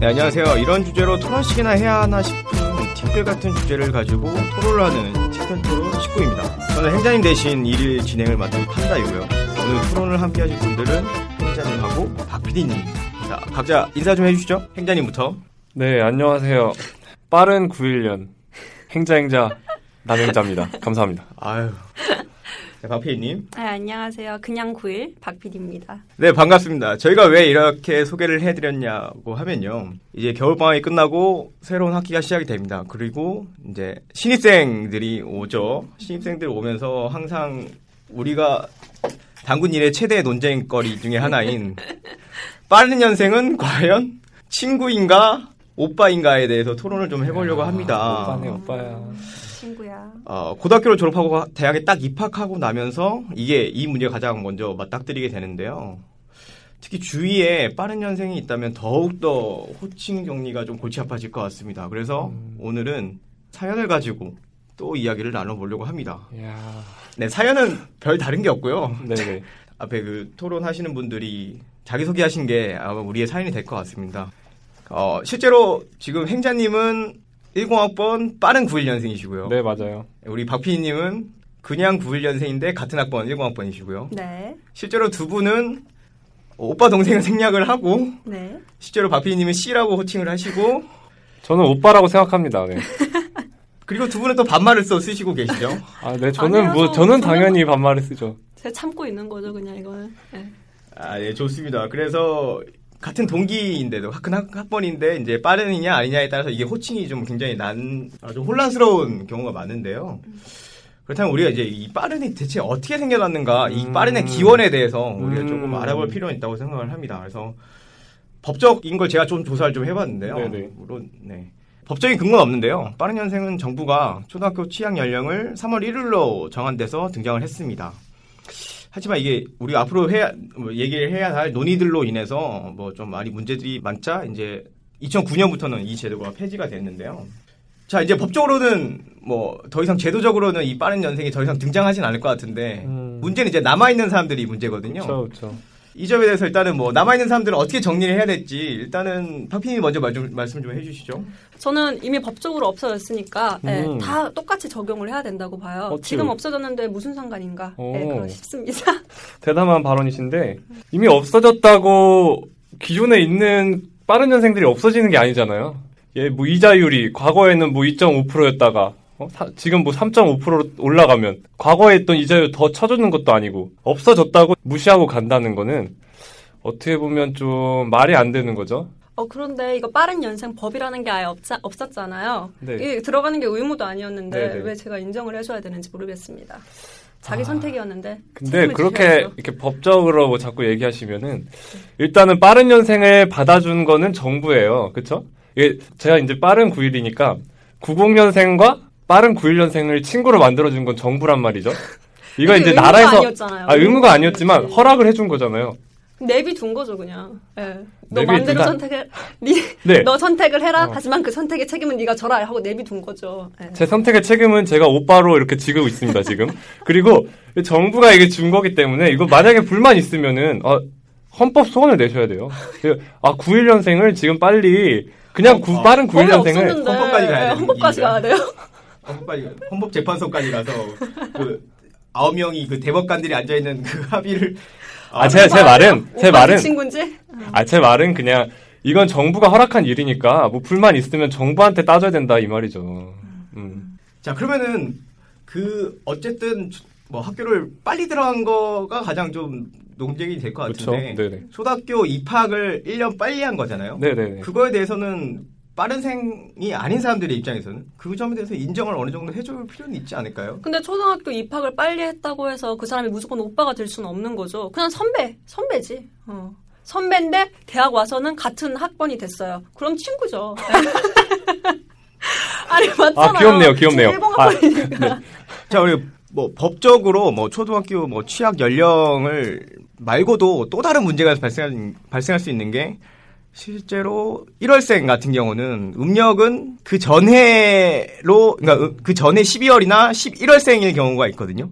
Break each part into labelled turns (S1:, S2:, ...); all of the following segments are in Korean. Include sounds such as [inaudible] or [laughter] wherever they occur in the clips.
S1: 네, 안녕하세요. 이런 주제로 토론식이나 해야 하나 싶은 댓글 같은 주제를 가지고 토론을 하는 채널 토론 식구입니다. 저는 행자님 대신 일일 진행을 맡은 판다이고요. 오늘 토론을 함께 하실 분들은 행자님하고 박PD님. 자, 각자 인사 좀 해주시죠. 행자님부터.
S2: 네, 안녕하세요. 빠른 9일년 행자행자 남행자입니다. 감사합니다.
S1: 아유. 자, 네, 박PD님.
S3: 아, 안녕하세요. 그냥 9일 박PD입니다.
S1: 네, 반갑습니다. 저희가 왜 이렇게 소개를 해드렸냐고 하면요. 이제 겨울방학이 끝나고 새로운 학기가 시작이 됩니다. 그리고 이제 신입생들이 오죠. 신입생들 오면서 항상 우리가 당군 일의 최대 논쟁거리 중에 하나인 빠른 년생은 과연 친구인가 오빠인가에 대해서 토론을 좀 해보려고 합니다.
S2: 오빠네, 오빠야.
S3: 친구야.
S1: 어, 고등학교를 졸업하고 가- 대학에 딱 입학하고 나면서 이게 이 문제가 가장 먼저 맞닥뜨리게 되는데요. 특히 주위에 빠른 년생이 있다면 더욱더 호칭 정리가 좀 골치 아파질 것 같습니다. 그래서
S2: 음.
S1: 오늘은 사연을 가지고 또 이야기를 나눠보려고 합니다.
S2: 이야.
S1: 네, 사연은 별 다른 게 없고요.
S2: 네네.
S1: [laughs] 앞에 그 토론하시는 분들이 자기소개하신 게 아마 우리의 사연이 될 것 같습니다. 어, 실제로 지금 행자님은 10학번 빠른 91년생이시고요.
S2: 네, 맞아요.
S1: 우리 박피디님은 그냥 91년생인데 같은 학번 10학번이시고요.
S3: 네,
S1: 실제로 두 분은 오빠 동생을 [laughs] 생략을 하고
S3: 네.
S1: 실제로 박피디님은 씨라고 호칭을 하시고
S2: 저는 오빠라고 생각합니다. 네.
S1: 그리고 두 분은 또 반말을 써 쓰시고 계시죠.
S2: 아, 네, 저는
S3: 아니요,
S2: 뭐,
S3: 저-
S2: 저는
S3: 저는-
S2: 당연히 반말을 쓰죠.
S3: 제가 참고 있는 거죠, 그냥 이거는. 네.
S1: 아, 예, 좋습니다. 그래서 같은 동기인데도 같은 학- 학번인데 이제 빠른이냐 아니냐에 따라서 이게 호칭이 좀 굉장히 난, 아, 좀 혼란스러운 경우가 많은데요. 그렇다면 우리가 이제 이 빠른이 대체 어떻게 생겨났는가, 이
S2: 음.
S1: 빠른의 기원에 대해서 우리가
S2: 음.
S1: 조금 알아볼 필요는 있다고 생각을 합니다. 그래서 법적인 걸 제가 좀 조사를 좀 해봤는데요.
S2: 네네.
S1: 물론, 네. 법적인 근거는 없는데요. 빠른 년생은 정부가 초등학교 취학 연령을 3월 1일로 정한 데서 등장을 했습니다. 하지만 이게 우리가 앞으로 해야 뭐 얘기를 해야 할 논의들로 인해서 뭐 좀 많이 문제들이 많자 이제 2009년부터는 이 제도가 폐지가 됐는데요. 자 이제 법적으로는 뭐 더 이상 제도적으로는 이 빠른 연생이 더 이상 등장하진 않을 것 같은데
S2: 음.
S1: 문제는 이제 남아 있는 사람들이 문제거든요.
S2: 그쵸, 그쵸.
S1: 이 점에 대해서 일단은 뭐 남아 있는 사람들은 어떻게 정리를 해야 될지 일단은 박피님 먼저 말 좀, 말씀 좀 해주시죠.
S3: 저는 이미 법적으로 없어졌으니까 네,
S2: 음.
S3: 다 똑같이 적용을 해야 된다고 봐요.
S2: 어찌.
S3: 지금 없어졌는데 무슨 상관인가? 네,
S2: 오.
S3: 그런 싶습니다. [laughs]
S2: 대담한 발언이신데, 이미 없어졌다고 기존에 있는 빠른 년생들이 없어지는 게 아니잖아요. 예, 뭐, 이자율이 과거에는 뭐 2.5%였다가, 지금 뭐 3.5%로 올라가면, 과거에 있던 이자율 더 쳐주는 것도 아니고, 없어졌다고 무시하고 간다는 거는, 어떻게 보면 좀 말이 안 되는 거죠.
S3: 어, 그런데 이거 빠른 연생 법이라는 게 아예 없자, 없었잖아요.
S2: 네.
S3: 이게 들어가는 게 의무도 아니었는데
S2: 네, 네.
S3: 왜 제가 인정을 해줘야 되는지 모르겠습니다. 자기
S2: 아.
S3: 선택이었는데.
S2: 근데
S3: 책임을
S2: 그렇게
S3: 지셔야죠.
S2: 이렇게 법적으로 뭐 자꾸 얘기하시면은 일단은 빠른 년생을 받아준 거는 정부예요. 그쵸? 이게 제가 이제 빠른 9일이니까 90년생과 빠른 91년생을 친구로 만들어준 건 정부란 말이죠. 이거
S3: 이게
S2: 이제
S3: 의무가
S2: 나라에서
S3: 아니었잖아요.
S2: 아, 의무가 아니었지만
S3: 네.
S2: 허락을 해준 거잖아요.
S3: 내비둔 거죠, 그냥. 예. 너
S2: 내비둔다.
S3: 마음대로 선택해. 니,
S2: 네.
S3: [laughs] 너 선택을 해라.
S2: 어.
S3: 하지만 그 선택의 책임은 네가 져라 하고 내비둔 거죠. 예.
S2: 제 선택의 책임은 제가 오빠로 이렇게 지고 있습니다, 지금. [laughs] 그리고 정부가 이게 준 거기 때문에 이거 만약에 불만 있으면은, 아, 헌법 소원을 내셔야 돼요. 아, 91년생을 지금 빨리, 그냥 구- 빠른
S3: 법이
S2: 91년생을.
S3: 어, 없었는데.
S1: 헌법까지 가야
S3: 예,
S1: 되는
S3: 헌법까지
S1: 일이에요.
S3: 가야 돼요.
S1: 헌법까지 헌법 재판소까지 가서 그 아홉 명이 그 대법관들이 앉아 있는 그 합의를
S2: 아, 제, 제 말은, [laughs] 제
S3: 오빠
S2: 말은,
S3: 네 친구인지?
S2: 아, 제 말은 그냥, 이건 정부가 허락한 일이니까, 뭐 불만 있으면 정부한테 따져야 된다, 이 말이죠. 음.
S1: 자 그러면은 그 어쨌든 뭐 학교를 빨리 들어간 거가 가장 좀 논쟁이 될 것
S2: 그쵸?
S1: 같은데
S2: 네네.
S1: 초등학교 입학을 1년 빨리 한 거잖아요.
S2: 네네네.
S1: 그거에 대해서는 빠른생이 아닌 사람들의 입장에서는 그 점에 대해서 인정을 어느 정도 해줄 필요는 있지 않을까요?
S3: 근데 초등학교 입학을 빨리 했다고 해서 그 사람이 무조건 오빠가 될 수는 없는 거죠. 그냥 선배, 선배지. 어. 선배인데 대학 와서는 같은 학번이 됐어요. 그럼 친구죠. 예. [laughs] 아니 맞잖아요.
S2: 아, 귀엽네요, 귀엽네요.
S3: 지금 일본
S2: 아,
S3: 학번이니까.
S1: 자, 우리 뭐 법적으로 뭐 초등학교 뭐 취학 연령을 말고도 또 다른 문제가 발생할, 발생할 수 있는 게 실제로 1월생 같은 경우는 음력은 그 전해로 그러니까 으- 그 전에 12월이나 11월생일 경우가 있거든요.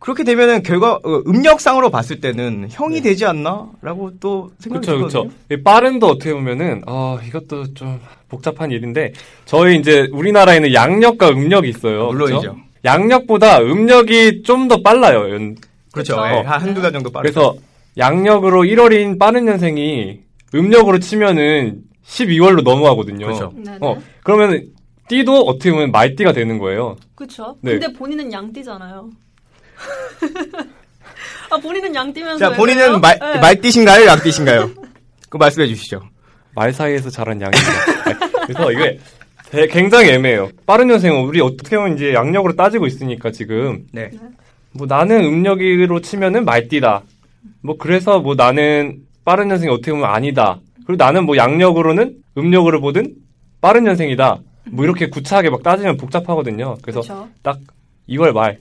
S1: 그렇게 되면은 결과 어, 음력상으로 봤을 때는 형이 되지 않나라고 또 생각이
S2: 그렇죠,
S1: 들거든요.
S2: 그렇죠. 빠른도 어떻게 보면은 아 이것도 좀 복잡한 일인데 저희 이제 우리나라에는 양력과 음력이
S1: 아,
S2: 있어요.
S1: 물론이죠.
S2: 그쵸? 양력보다 음력이 좀 더 빨라요. 연-
S1: 그렇죠.
S2: 그렇죠.
S1: 예, 한- 한두 달 정도 빠르죠.
S2: 그래서 양력으로 1월인 빠른 년생이 음력으로 치면은 12월로 넘어가거든요.
S1: 그렇죠.
S3: 네네.
S2: 어 그러면 띠도 어떻게 보면 말띠가 되는 거예요.
S3: 그렇죠.
S2: 네.
S3: 근데 본인은 양띠잖아요. [laughs] 아 본인은 양띠면서
S1: 자,
S3: 왜
S1: 본인은
S3: 그래요?
S1: 말,
S3: 네.
S1: 말띠신가요? 약띠신가요? 그 말씀해 주시죠.
S2: 말 사이에서 자란 양이. [laughs] 그래서 이게 되- 굉장히 애매해요. 빠른 년생은 우리 어떻게 보면 이제 양력으로 따지고 있으니까 지금
S1: 네.
S2: 뭐 나는 음력으로 치면은 말띠다. 뭐 그래서 뭐 나는 빠른 년생이 어떻게 보면 아니다. 그리고 나는 뭐 양력으로는 음력으로 보든 빠른 년생이다. 뭐 이렇게 구차하게 막 따지면 복잡하거든요. 그래서
S3: 그쵸.
S2: 딱 2월 말,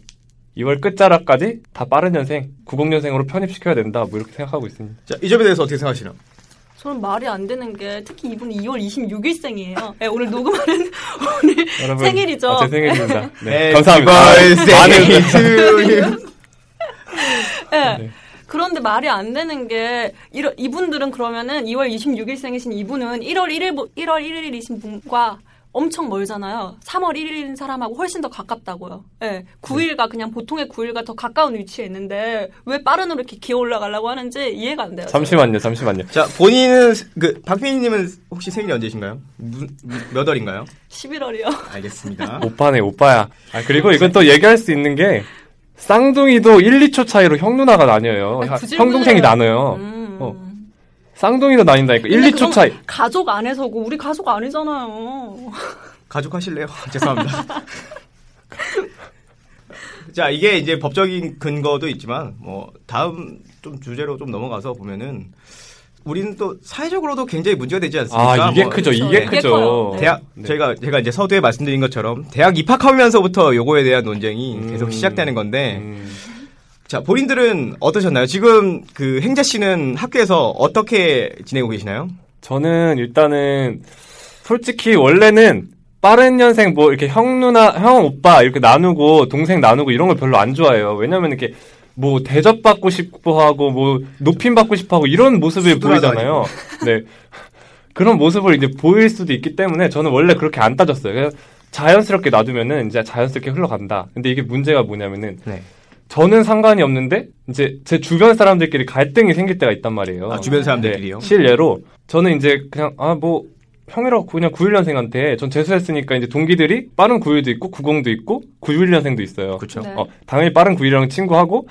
S2: 2월 끝자락까지 다 빠른 년생, 90년생으로 편입시켜야 된다. 뭐 이렇게 생각하고 있습니다.
S1: 자, 이 점에 대해서 어떻게 생각하시나요?
S3: 저는 말이 안 되는 게 특히 이분이 2월 26일생이에요. 네, 오늘 녹음하는 [laughs] 오늘
S2: 여러분,
S3: 생일이죠.
S2: 아, 제
S3: [laughs]
S2: 생일입니다. 네,
S1: 네,
S2: 감사합니다. 많은
S1: birthday to you.
S3: 예.
S2: 네.
S3: 그런데 말이 안 되는 게 이러, 이분들은 그러면은 2월 26일생이신 이분은 1월 1일 1월 1일이신 분과 엄청 멀잖아요. 3월 1일인 사람하고 훨씬 더 가깝다고요. 예. 9일과
S2: 네.
S3: 그냥 보통의 9일과 더 가까운 위치에 있는데 왜 빠른으로 이렇게 기어 올라가려고 하는지 이해가 안 돼요.
S2: 잠시만요, 잠시만요.
S1: 자, 본인은 그 박민희님은 혹시 생일이 언제신가요? 무- 몇 월인가요?
S3: 11월이요.
S1: 알겠습니다.
S2: 오빠네, 오빠야. 아, 그리고 이건 또 얘기할 수 있는 게 쌍둥이도 1, 2초 차이로 형 누나가 나뉘어요.
S3: 아니,
S2: 형-
S3: 구질구질해요. 음.
S2: 형 동생이 나눠요. 어. 쌍둥이도 나뉜다니까. 1, 2초 차이.
S3: 가족 안에서고 우리 가족 아니잖아요.
S1: 가족 하실래요? 아, 죄송합니다. [laughs] 자, 이게 이제 법적인 근거도 있지만, 뭐, 다음 좀 주제로 좀 넘어가서 보면은, 우리는 또 사회적으로도 굉장히 문제가 되지 않습니까?
S2: 아, 이게
S1: 뭐,
S2: 크죠,
S3: 그렇죠.
S2: 이게
S3: 이게
S2: 크죠.
S3: 커요. 네.
S1: 대학 저희가 제가 이제 서두에 말씀드린 것처럼 대학 입학하면서부터 요거에 대한 논쟁이
S2: 음.
S1: 계속 시작되는 건데
S2: 음.
S1: 자 본인들은 어떠셨나요? 지금 그 행자 씨는 학교에서 어떻게 지내고 계시나요?
S2: 저는 일단은 솔직히 원래는 빠른 년생 뭐 이렇게 형 누나 형 오빠 이렇게 나누고 동생 나누고 이런 걸 별로 안 좋아해요. 왜냐면 이렇게 뭐 대접 받고 싶어 하고 뭐 높임 받고 싶어 하고 이런 모습을
S1: 수두라도
S2: 보이잖아요. 네. 그런 모습을 이제 보일 수도 있기 때문에 저는 원래 그렇게 안 따졌어요. 그냥 자연스럽게 놔두면은 이제 자연스럽게 흘러간다. 근데 이게 문제가 뭐냐면은
S1: 네.
S2: 저는 상관이 없는데 이제 제 주변 사람들끼리 갈등이 생길 때가 있단 말이에요.
S1: 아, 주변 사람들끼리요?
S2: 네, 실례로 저는 이제 그냥 아 뭐 형이라고 그냥 91년생한테 전 재수했으니까 이제 동기들이 빠른 91도 있고 90도 있고 91년생도 있어요.
S1: 그렇죠.
S3: 네.
S2: 어, 당연히 빠른 91이랑 친구하고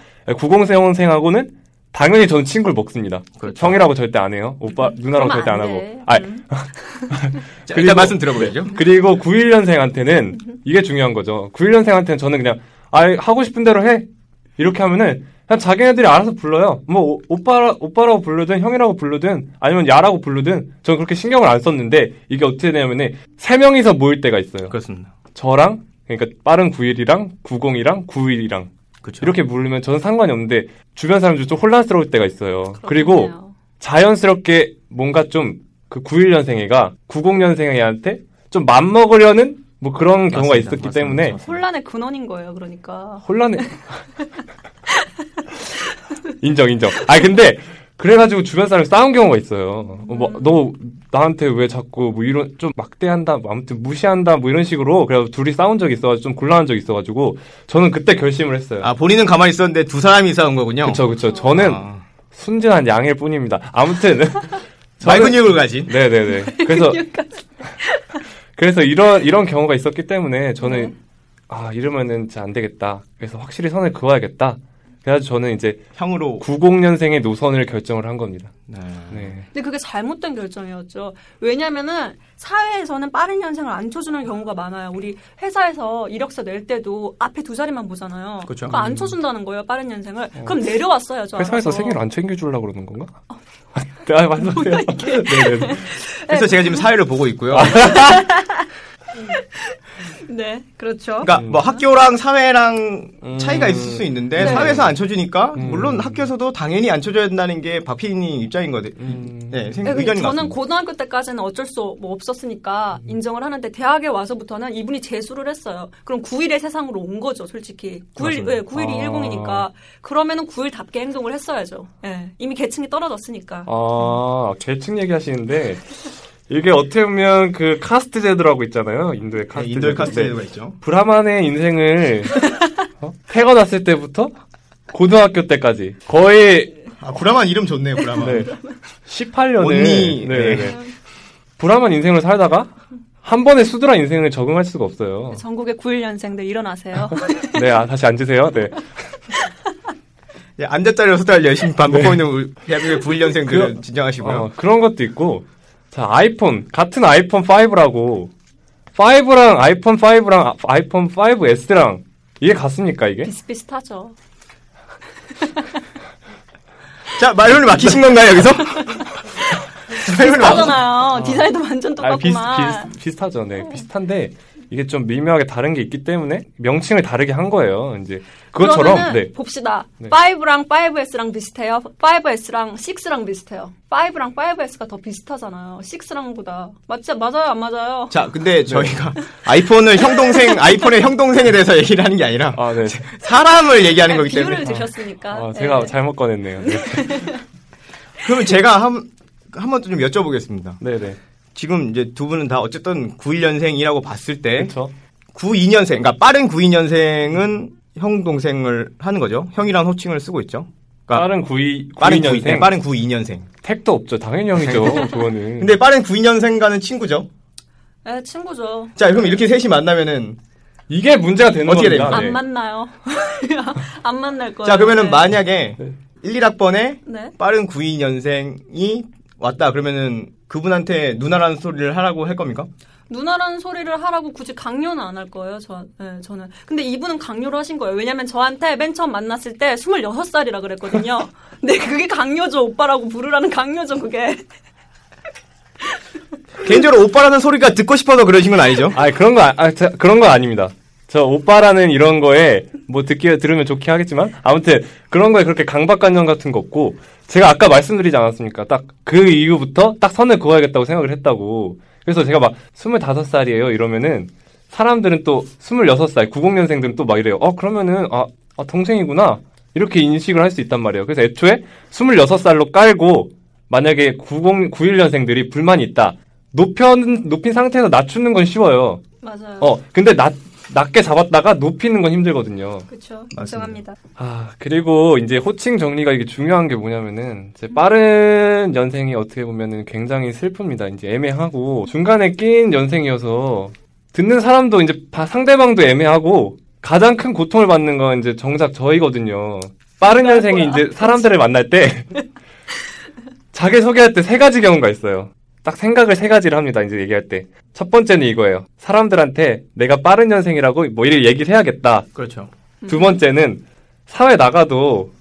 S2: 90생하고는 당연히 저는 친구를 먹습니다.
S1: 그렇죠.
S2: 형이라고 절대 안 해요. 오빠 누나라고
S3: 그러면
S2: 절대 안,
S3: 안
S2: 하고.
S3: 돼.
S2: 아,
S3: 음.
S1: 자,
S2: 그리고- 네.
S1: 일단 말씀 들어보시죠.
S2: 그리고 91년생한테는 이게 중요한 거죠. 91년생한테는 저는 그냥 아 하고 싶은 대로 해 이렇게 하면은 그냥 자기네들이 알아서 불러요. 뭐 오- 오빠 오빠라고 부르든 형이라고 부르든 아니면 야라고 부르든 저는 그렇게 신경을 안 썼는데 이게 어떻게 되냐면은 세 명이서 모일 때가 있어요.
S1: 그렇습니다.
S2: 저랑 그러니까 빠른 91이랑 90이랑 91이랑
S1: 그렇죠.
S2: 이렇게 부르면 저는 상관이 없는데 주변 사람들 좀 혼란스러울 때가 있어요. 그리고
S3: 그렇네요.
S2: 자연스럽게 뭔가 좀 그 91년생애가 90년생애한테 좀 맘먹으려는 뭐 그런 경우가
S1: 맞습니다.
S2: 있었기
S1: 맞습니다.
S2: 때문에
S1: 맞습니다.
S3: 혼란의 근원인 거예요. 그러니까
S2: 혼란해. 인정, 인정. 아 근데 그래가지고 주변 사람이 싸운 경우가 있어요. 어, 뭐, 너 나한테 왜 자꾸 뭐 이런 좀 막대한다, 뭐 아무튼 무시한다, 뭐 이런 식으로 그래서 둘이 싸운 적이 있어가지고 좀 곤란한 적이 있어가지고 저는 그때 결심을 했어요.
S1: 아 본인은 가만히 있었는데 두 사람이 싸운 거군요.
S2: 그쵸, 그쵸. 저는
S1: 아,
S2: 순진한 양일 뿐입니다.
S1: [laughs]
S2: 아무튼 저는-
S1: 맑은 이유를 가진.
S3: [laughs]
S2: 네네네. 그래서 [laughs] 그래서 이런 이런 경우가
S3: 네.
S2: 있었기 때문에 저는 아 이러면은 진짜 안 되겠다. 그래서 확실히 선을 그어야겠다. 그래서 저는 이제
S1: 향으로
S2: 90년생의 노선을 결정을 한 겁니다.
S1: 네.
S2: 네.
S3: 근데 그게 잘못된 결정이었죠. 왜냐면은 사회에서는 빠른 연생을 안 쳐주는 경우가 많아요. 우리 회사에서 이력서 낼 때도 앞에 두 자리만 보잖아요.
S1: 그쵸. 음.
S3: 거안 쳐준다는 거예요, 빠른 연생을. 그럼 내려왔어요, 저.
S2: 회사에서
S3: 알아서. 어.
S2: 생일 안 챙겨주려고 그러는 건가? [laughs] 아, 맞아요. [laughs] 네네.
S1: 그래서 제가 지금 사회를 보고 있고요.
S3: 네, 그렇죠.
S1: 그러니까 뭐 학교랑 사회랑
S2: 음.
S1: 차이가 있을 수 있는데
S3: 네.
S1: 사회에서 안 쳐주니까
S2: 음.
S1: 물론 학교에서도 당연히 안 쳐줘야 된다는 게 박피디님 입장인 거든.
S2: 음.
S1: 네, 생,
S3: 네,
S1: 의견인 것
S3: 저는
S1: 같습니다. 음.
S3: 고등학교 때까지는 어쩔 수 뭐 없었으니까 인정을 하는데 대학에 와서부터는 이분이 재수를 했어요. 그럼 9일의 세상으로 온 거죠, 솔직히. 9일,
S1: 맞습니다.
S3: 네, 9일이
S2: 아.
S3: 10이니까. 그러면은 9일답게 행동을 했어야죠. 예, 이미 계층이 떨어졌으니까.
S2: 아, 계층 얘기하시는데 이게 어떻게 보면 그 카스트 제도라고 있잖아요. 인도의
S1: 네,
S2: 카스트
S1: 인도의
S2: 제도인데
S1: 카스테가 있죠.
S2: 브라만의 인생을 어? 태어났을 때부터 고등학교 때까지 거의
S1: 아, 브라만 이름 좋네요, 브라만.
S2: 네, 18년을
S1: 언니,
S2: 네,
S1: 네.
S2: 네. 브라만 인생을 살다가 한 번에 수두란 인생을 적응할 수가 없어요.
S3: 전국의 9일년생들 일어나세요.
S2: 네, 아, 다시 앉으세요. 네.
S1: 예, 안 됐다리 여섯 달 열심히 반복하고 있는 우리 대한민국의 91년생들은
S2: 네. 그-
S1: 진정하시고요.
S2: 어, 그런 것도 있고 자 아이폰 같은 아이폰 5라고 5랑 아이폰 5랑 아이폰 5S랑 이게 같습니까 이게?
S3: [laughs] 비슷비슷하죠.
S1: 자, 말문을 막히신 건가요, 아, 여기서?
S2: 네.
S1: 자, 말문을 막히신...
S3: 하잖아요. 디자인도 완전
S2: 아, 비슷,
S3: 똑같구만.
S2: 비슷, 비슷하죠. 네, 비슷한데 이게 좀 미묘하게 다른 게 있기 때문에 명칭을 다르게 한 거예요. 이제 그것처럼
S3: 그러면은
S2: 네.
S3: 봅시다.
S2: 네.
S3: 5랑 5S랑 비슷해요. 5S랑 6랑 비슷해요. 5랑 5S가 더 비슷하잖아요. 6랑보다. 맞지? 맞아요? 안 맞아요?
S1: 자,
S2: 네.
S1: 근데 저희가 아이폰을 형동생, 아이폰의 형동생에 대해서 얘기를 하는 게 아니라
S2: 아, 네.
S1: 사람을 얘기하는 거기 때문에.
S3: 비유를 드셨으니까.
S2: 아, 제가
S3: 네.
S2: 잘못 꺼냈네요. 네,
S1: 그러면 제가 한, 한번 좀 여쭤보겠습니다.
S2: 네, 네.
S1: 지금 이제 두 분은 다 어쨌든 91년생이라고 봤을 때
S2: 그렇죠.
S1: 92년생, 그러니까 빠른 92년생은 형 동생을 하는 거죠. 형이라는 호칭을 쓰고 있죠. 그러니까
S2: 빠른 92,
S1: 빠른
S2: 92년생.
S1: 92, 네, 빠른 92년생.
S2: 택도 없죠.
S1: [laughs]
S2: 당연히 형이죠. 그거는.
S1: 근데 빠른 92년생과는 친구죠.
S3: 네, 친구죠.
S1: 자, 그럼 이렇게 셋이 만나면은
S2: 이게 문제가 되는
S1: 어떻게 됩니까?
S2: 겁니다.
S3: 안 만나요. [laughs] 안 만날 거예요.
S1: 자, 그러면은
S3: 네.
S1: 만약에
S2: 네.
S1: 1, 1학번에
S3: 네.
S1: 빠른 92년생이 왔다 그러면은 그분한테 누나라는 소리를 하라고 할 겁니까?
S3: 누나라는 소리를 하라고 굳이 강요는 안 할 거예요, 저, 네, 저는. 근데 이분은 강요를 하신 거예요. 왜냐면 저한테 맨 처음 만났을 때 26살이라 그랬거든요. [laughs] 근데 그게 강요죠, 오빠라고 부르라는 강요죠, 그게.
S1: 개인적으로 오빠라는 소리가 듣고 싶어서 그러신 건 아니죠?
S2: 아 그런 거 아- 아, 저- 그런 거 아닙니다. 저 오빠라는 이런 거에 뭐 듣기 들으면 좋긴 하겠지만 아무튼 그런 거에 그렇게 강박관념 같은 거 없고 제가 아까 말씀드리지 않았습니까? 딱 그 이후부터 딱 선을 그어야겠다고 생각을 했다고. 그래서 제가 막 25살이에요 이러면은 사람들은 또 26살 90년생들은 또 막 이래요. 어 그러면은 아, 아, 동생이구나 이렇게 인식을 할 수 있단 말이에요. 그래서 애초에 26살로 깔고 만약에 90 91년생들이 불만이 있다. 높인 높인 상태에서 낮추는 건 쉬워요.
S3: [laughs] 맞아요.
S2: 어, 근데 낮, 낮게 잡았다가 높이는 건 힘들거든요.
S3: 그렇죠.
S1: 맞습니다.
S3: 인정합니다.
S2: 아, 그리고 이제 호칭 정리가 이게 중요한 게 뭐냐면은, 이제 빠른 연생이 어떻게 보면은 굉장히 슬픕니다. 이제 애매하고, 중간에 낀 연생이어서, 듣는 사람도 이제 바- 상대방도 애매하고, 가장 큰 고통을 받는 건 이제 정작 저희거든요. 빠른 연생이 이제 사람들을 만날 때, [laughs] 자기 소개할 때 세 가지 경우가 있어요. 딱 생각을 세 가지를 합니다. 이제 얘기할 때. 첫 번째는 이거예요. 사람들한테 내가 빠른 년생이라고 뭐 이를 얘기를 해야겠다.
S1: 그렇죠.
S2: 두 번째는 사회 나가도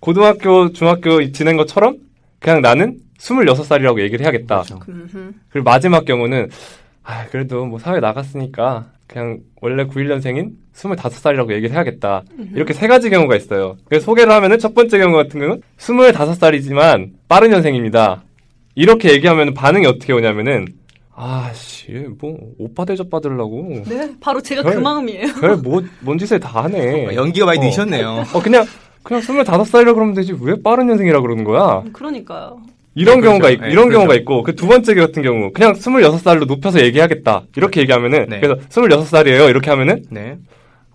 S2: 고등학교, 중학교 지낸 것처럼 그냥 나는 26살이라고 얘기를 해야겠다.
S1: 그렇죠.
S3: 음흠.
S2: 그리고 마지막 경우는 아, 그래도 뭐 사회 나갔으니까 그냥 원래 91년생인 25살이라고 얘기를 해야겠다. 이렇게 세 가지 경우가 있어요. 그래서 소개를 하면은 첫 번째 경우 같은 경우는 25살이지만 빠른 년생입니다. 이렇게 얘기하면 반응이 어떻게 오냐면은 아씨 뭐 오빠 대접 받으려고
S3: 네, 바로 제가
S2: 별-
S3: 그
S2: [laughs]
S3: 마음이에요.
S2: 별뭐 뭔짓을 다 하네.
S1: 연기가 많이
S2: 어.
S1: 늦으셨네요.
S2: 어 그냥 그냥 25살이라고 그러면 되지 왜 빠른 년생이라 그러는 거야?
S3: 그러니까요.
S2: 이런
S1: 그렇죠.
S2: 경우가 있,
S1: 예,
S2: 이런
S1: 그렇죠.
S2: 경우가 있고 그 두 번째 같은 경우 그냥 26살로 높여서 얘기하겠다. 이렇게 얘기하면은
S1: 네.
S2: 그래서 26살이에요. 이렇게 하면은
S1: 네.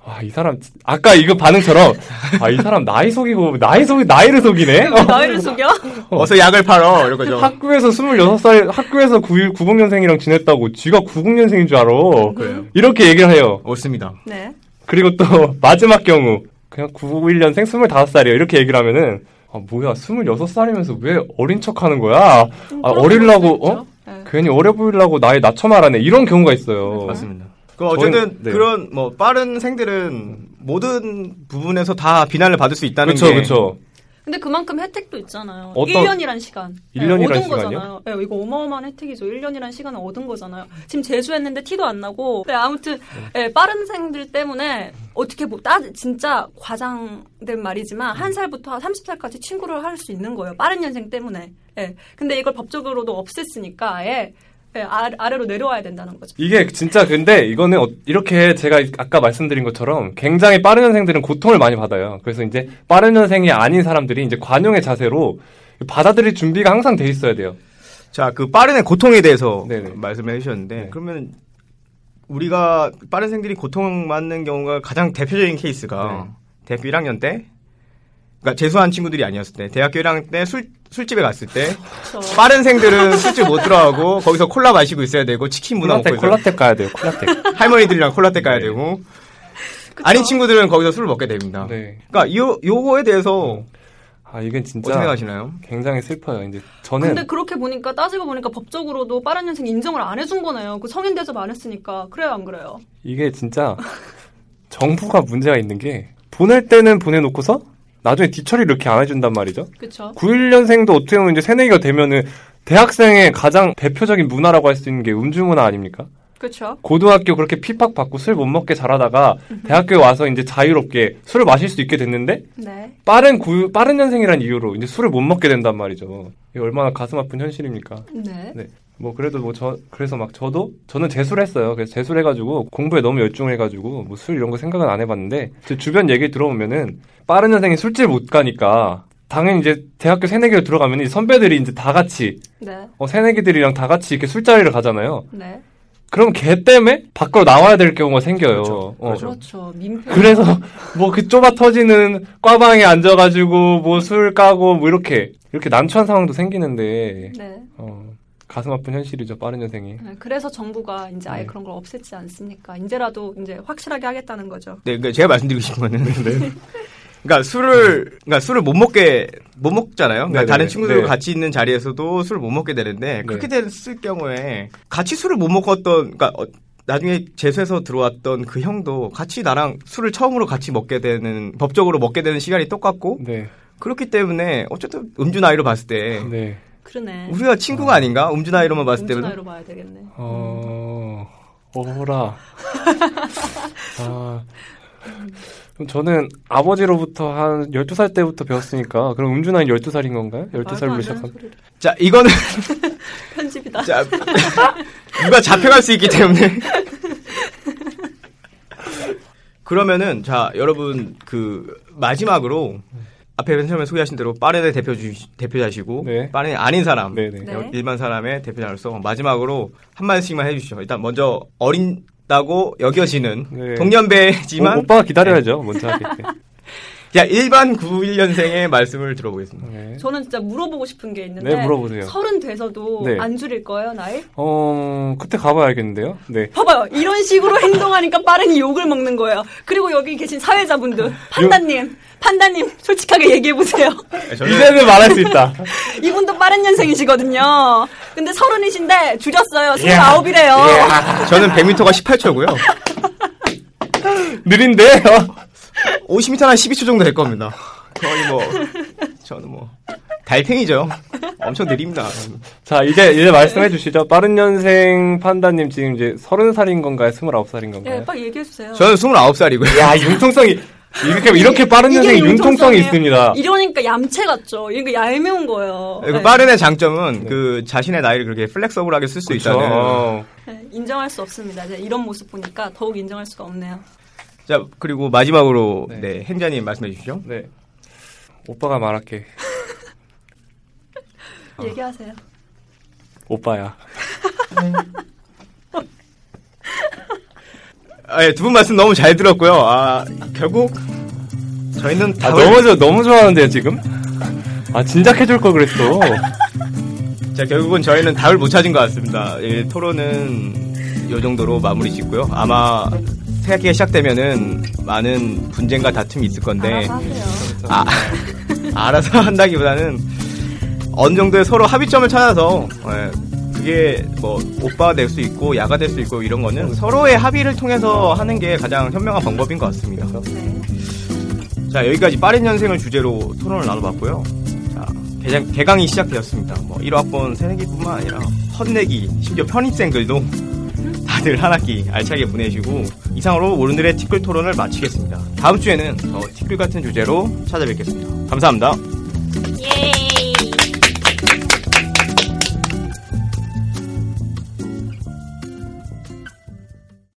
S2: 와, 이 사람 진- 아까
S1: [laughs]
S2: 이거 반응처럼 아, 이 사람 나이 속이고 나이 속이 나이를 속이네.
S1: 그렇죠.
S2: 어.
S3: 나이를 속여?
S1: 어서 약을 팔어. 이런 거죠.
S2: 학교에서 26살 학교에서 91 90년생이랑 지냈다고 지가 90년생인 줄 알아.
S1: 그래요.
S2: 이렇게 얘기를 해요.
S1: 옳습니다.
S3: 네.
S1: [laughs]
S2: 그리고 또 마지막 경우 그냥 91년생 25살이에요. 이렇게 얘기를 하면은 아 뭐야 26살이면서 왜 어린 척하는 거야?
S3: 음,
S2: 아, 어리려고, 어?
S3: 그렇죠. 네.
S2: 괜히 어려 보이려고 나이 낮춰 말하네. 이런 경우가 있어요.
S1: 맞습니다. 그 어쨌든
S2: 저희는- 네.
S1: 그런 뭐 빠른 생들은 모든 부분에서 다 비난을 받을 수 있다는
S2: 그렇죠,
S1: 게
S2: 그렇죠.
S3: 근데 그만큼 혜택도 있잖아요.
S2: 어떤-
S3: 1년이란 시간. 네,
S2: 1년이란
S3: 얻은
S2: 시간이요?
S3: 거잖아요. 네, 이거 어마어마한 혜택이죠. 1년이란 시간을 얻은 거잖아요. 지금 재수했는데 티도 안 나고. 네, 아무튼 네, 빠른 생들 때문에 어떻게 보, 따, 진짜 과장된 말이지만 한 살부터 30살까지 친구를 할 수 있는 거예요. 빠른 년생 때문에. 네, 근데 이걸 법적으로도 없앴으니까 아예 네, 아- 아래로 내려와야 된다는 거죠.
S2: 이게 진짜 근데 이거는 어- 이렇게 제가 아까 말씀드린 것처럼 굉장히 빠른 년생들은 고통을 많이 받아요. 그래서 이제 빠른 년생이 아닌 사람들이 이제 관용의 자세로 받아들일 준비가 항상 돼 있어야 돼요.
S1: 자, 그 빠른의 고통에 대해서
S2: 네네.
S1: 말씀을 해주셨는데
S2: 네.
S1: 그러면 우리가 빠른 생들이 고통받는 경우가 가장 대표적인
S2: 네.
S1: 케이스가 대학교 1학년 때 그러니까 재수한 친구들이 아니었을 때 대학교 1학년 때 술, 술집에 갔을 때
S3: 그렇죠.
S1: 빠른 생들은 술집 못 들어가고 거기서 콜라 마시고 있어야 되고 치킨 문화 먹고
S2: 콜라텍
S1: 있어야
S2: 콜라텍 가야 돼요. 콜라텍.
S1: [laughs] 할머니들이랑 콜라떼 가야
S2: 네.
S1: 되고 아닌 친구들은 거기서 술을 먹게 됩니다.
S2: 네.
S1: 그러니까 요 요거에 대해서
S2: 아 이건 진짜
S1: 어떻게 생각하시나요?
S2: 굉장히 슬퍼요. 이제 저는
S3: 근데 그렇게 보니까 따지고 보니까 법적으로도 빠른 년생 인정을 안 해준 거네요. 그 성인 대접 안 했으니까 그래요 안 그래요?
S2: 이게 진짜 정부가 문제가 있는 게 보낼 때는 보내놓고서 나중에 뒤처리를 이렇게 안 해준단 말이죠.
S3: 그렇죠.
S2: 91년생도 어떻게 보면 이제 새내기가 되면은 대학생의 가장 대표적인 문화라고 할 수 있는 게 음주 문화 아닙니까?
S3: 그렇죠.
S2: 고등학교 그렇게 핍박 받고 술 못 먹게 자라다가 대학교에 와서 이제 자유롭게 술을 마실 수 있게 됐는데
S3: 네.
S2: 빠른 구 빠른 년생이란 이유로 이제 술을 못 먹게 된단 말이죠. 이게 얼마나 가슴 아픈 현실입니까?
S3: 네.
S2: 네. 뭐 그래도 뭐 저 그래서 막 저도 저는 재수를 했어요. 그래서 재수를 해가지고 공부에 너무 열중해가지고 뭐 술 이런 거 생각은 안 해봤는데 제 주변 얘기 들어보면은 빠른 년생이 술집 못 가니까 당연히 이제 대학교 새내기로 들어가면 이 선배들이 이제 다 같이
S3: 네.
S2: 어 새내기들이랑 다 같이 이렇게 술자리를 가잖아요.
S3: 네.
S2: 그럼 걔 때문에 밖으로 나와야 될 경우가 생겨요.
S1: 그렇죠.
S2: 어.
S1: 그렇죠.
S3: 그렇죠. 민폐.
S2: 그래서 [laughs] 뭐 그 좁아 터지는 과방에 앉아가지고 뭐 술 까고 뭐 이렇게 이렇게 난처한 상황도 생기는데
S3: 네.
S2: 어, 가슴 아픈 현실이죠 빠른 년생이.
S3: 네. 그래서 정부가 이제 아예
S2: 네.
S3: 그런 걸 없앴지 않습니까? 이제라도 이제 확실하게 하겠다는 거죠.
S1: 네, 그러니까 제가 말씀드리고 싶은 거는
S2: 네,
S1: [laughs] 그러니까 술을 그러니까 술을 못 먹게 못 먹잖아요. 그러니까
S2: 네네네.
S1: 다른 친구들과
S2: 네.
S1: 같이 있는 자리에서도 술을 못 먹게 되는데 그렇게 됐을 경우에 같이 술을 못 먹었던 그러니까 어, 나중에 재수해서 들어왔던 그 형도 같이 나랑 술을 처음으로 같이 먹게 되는 법적으로 먹게 되는 시간이 똑같고
S2: 네,
S1: 그렇기 때문에 어쨌든 음주 나이로 봤을 때
S2: 네.
S3: 그러네.
S1: 우리가 친구가 아닌가 음주 나이로만 봤을 때는
S3: 나이로 봐야 되겠네.
S2: 아, 어, 어라. [laughs] 아, 그럼 저는 아버지로부터 한 12살 때부터 배웠으니까, 그럼 음주 나이 12살인 건가요? 12살로 시작한.
S1: 자 이거는
S3: 편집이다.
S1: 자, 누가 잡혀갈 수 있기 때문에. 그러면은 자 여러분 그 마지막으로 앞에 맨 처음에 소개하신 대로 빠른의 대표 주, 대표자시고
S2: 네.
S1: 빠른 아닌 사람
S2: 네네. 어,
S3: 네.
S1: 일반 사람의 대표자로서 마지막으로 한 말씀만 해주시죠. 일단 먼저 어린다고 여겨지는
S2: 네. 어,
S1: 동년배지만
S2: 오, 오빠가 기다려야죠, 먼저 하겠지.
S1: 자 일반 91년생의 말씀을 들어보겠습니다.
S2: 네.
S3: 저는 진짜 물어보고 싶은 게 있는데
S2: 네, 물어보세요.
S3: 서른 돼서도
S2: 네.
S3: 안 줄일 거예요, 나이?
S2: 어, 그때 가봐야겠는데요? 네.
S3: 봐봐요.
S2: [laughs]
S3: 이런 식으로 행동하니까 빠른이 욕을 먹는 거예요. 그리고 여기
S2: [laughs]
S3: 계신 사회자분들, 판다님, 판다님, 솔직하게 얘기해보세요.
S2: 이제는 말할 수 있다.
S3: 이분도 빠른 년생이시거든요. 근데 서른이신데 줄였어요.
S2: 예.
S3: 스물아홉이래요.
S1: 저는 100m가 18초고요.
S2: 느린데요? [laughs]
S1: 50m나 12초 정도 될 겁니다. [laughs] 거의 뭐 저는 뭐 달팽이죠. 엄청 느립니다.
S2: 자, 이제, 이제 말씀해 주시죠. 빠른 년생 판다님 지금 이제 30살인 건가요? 29살인 건가요?
S3: 예, 빨리 얘기해주세요.
S1: 저는 29살이고요.
S2: 야, 융통성이, 이렇게, 이렇게 빠른
S3: 이게
S2: 년생이 융통성이
S3: 융통성이에요.
S2: 있습니다. 그
S3: 이러니까 얌체 같죠. 이게 얄미운 거예요. 네.
S1: 그 빠른의 장점은 그 자신의 나이를 그렇게 플렉서블하게 쓸 수 있다는.
S2: 어.
S3: 네, 인정할 수 없습니다. 이제 이런 모습 보니까 더욱 인정할 수가 없네요.
S1: 자 그리고 마지막으로
S2: 네.
S1: 네. 행자님 말씀해 주시죠.
S2: 네. 오빠가 말할게. 어.
S3: 얘기하세요.
S2: 오빠야.
S1: 아, 예, 두 분 말씀 너무 잘 들었고요. 아 결국 저희는
S2: 아,
S1: 답을-
S2: 너무, 좋아- 너무 좋아하는데요, 지금? 아, 진작 해줄 걸 그랬어.
S1: 자 결국은 저희는 답을 못 찾은 것 같습니다. 예, 토론은 이 정도로 마무리 짓고요. 아마 새 학기가 시작되면은 많은 분쟁과 다툼이 있을 건데
S3: 알아서 하세요.
S1: 아, [laughs] 알아서 한다기보다는 어느 정도의 서로 합의점을 찾아서 예, 그게 뭐 오빠가 될 수 있고 야가 될 수 있고 이런 거는 서로의 합의를 통해서 하는 게 가장 현명한 방법인 것 같습니다. 자 여기까지 빠른 년생을 주제로 토론을 나눠봤고요. 자 개장, 개강이 시작되었습니다. 뭐 1학번 새내기뿐만 아니라 헛내기 심지어 편입생들도 다들 한 학기 알차게 보내시고 이상으로 오늘의 티끌 토론을 마치겠습니다. 다음 주에는 더 티끌 같은 주제로 찾아뵙겠습니다. 감사합니다.
S3: 예이.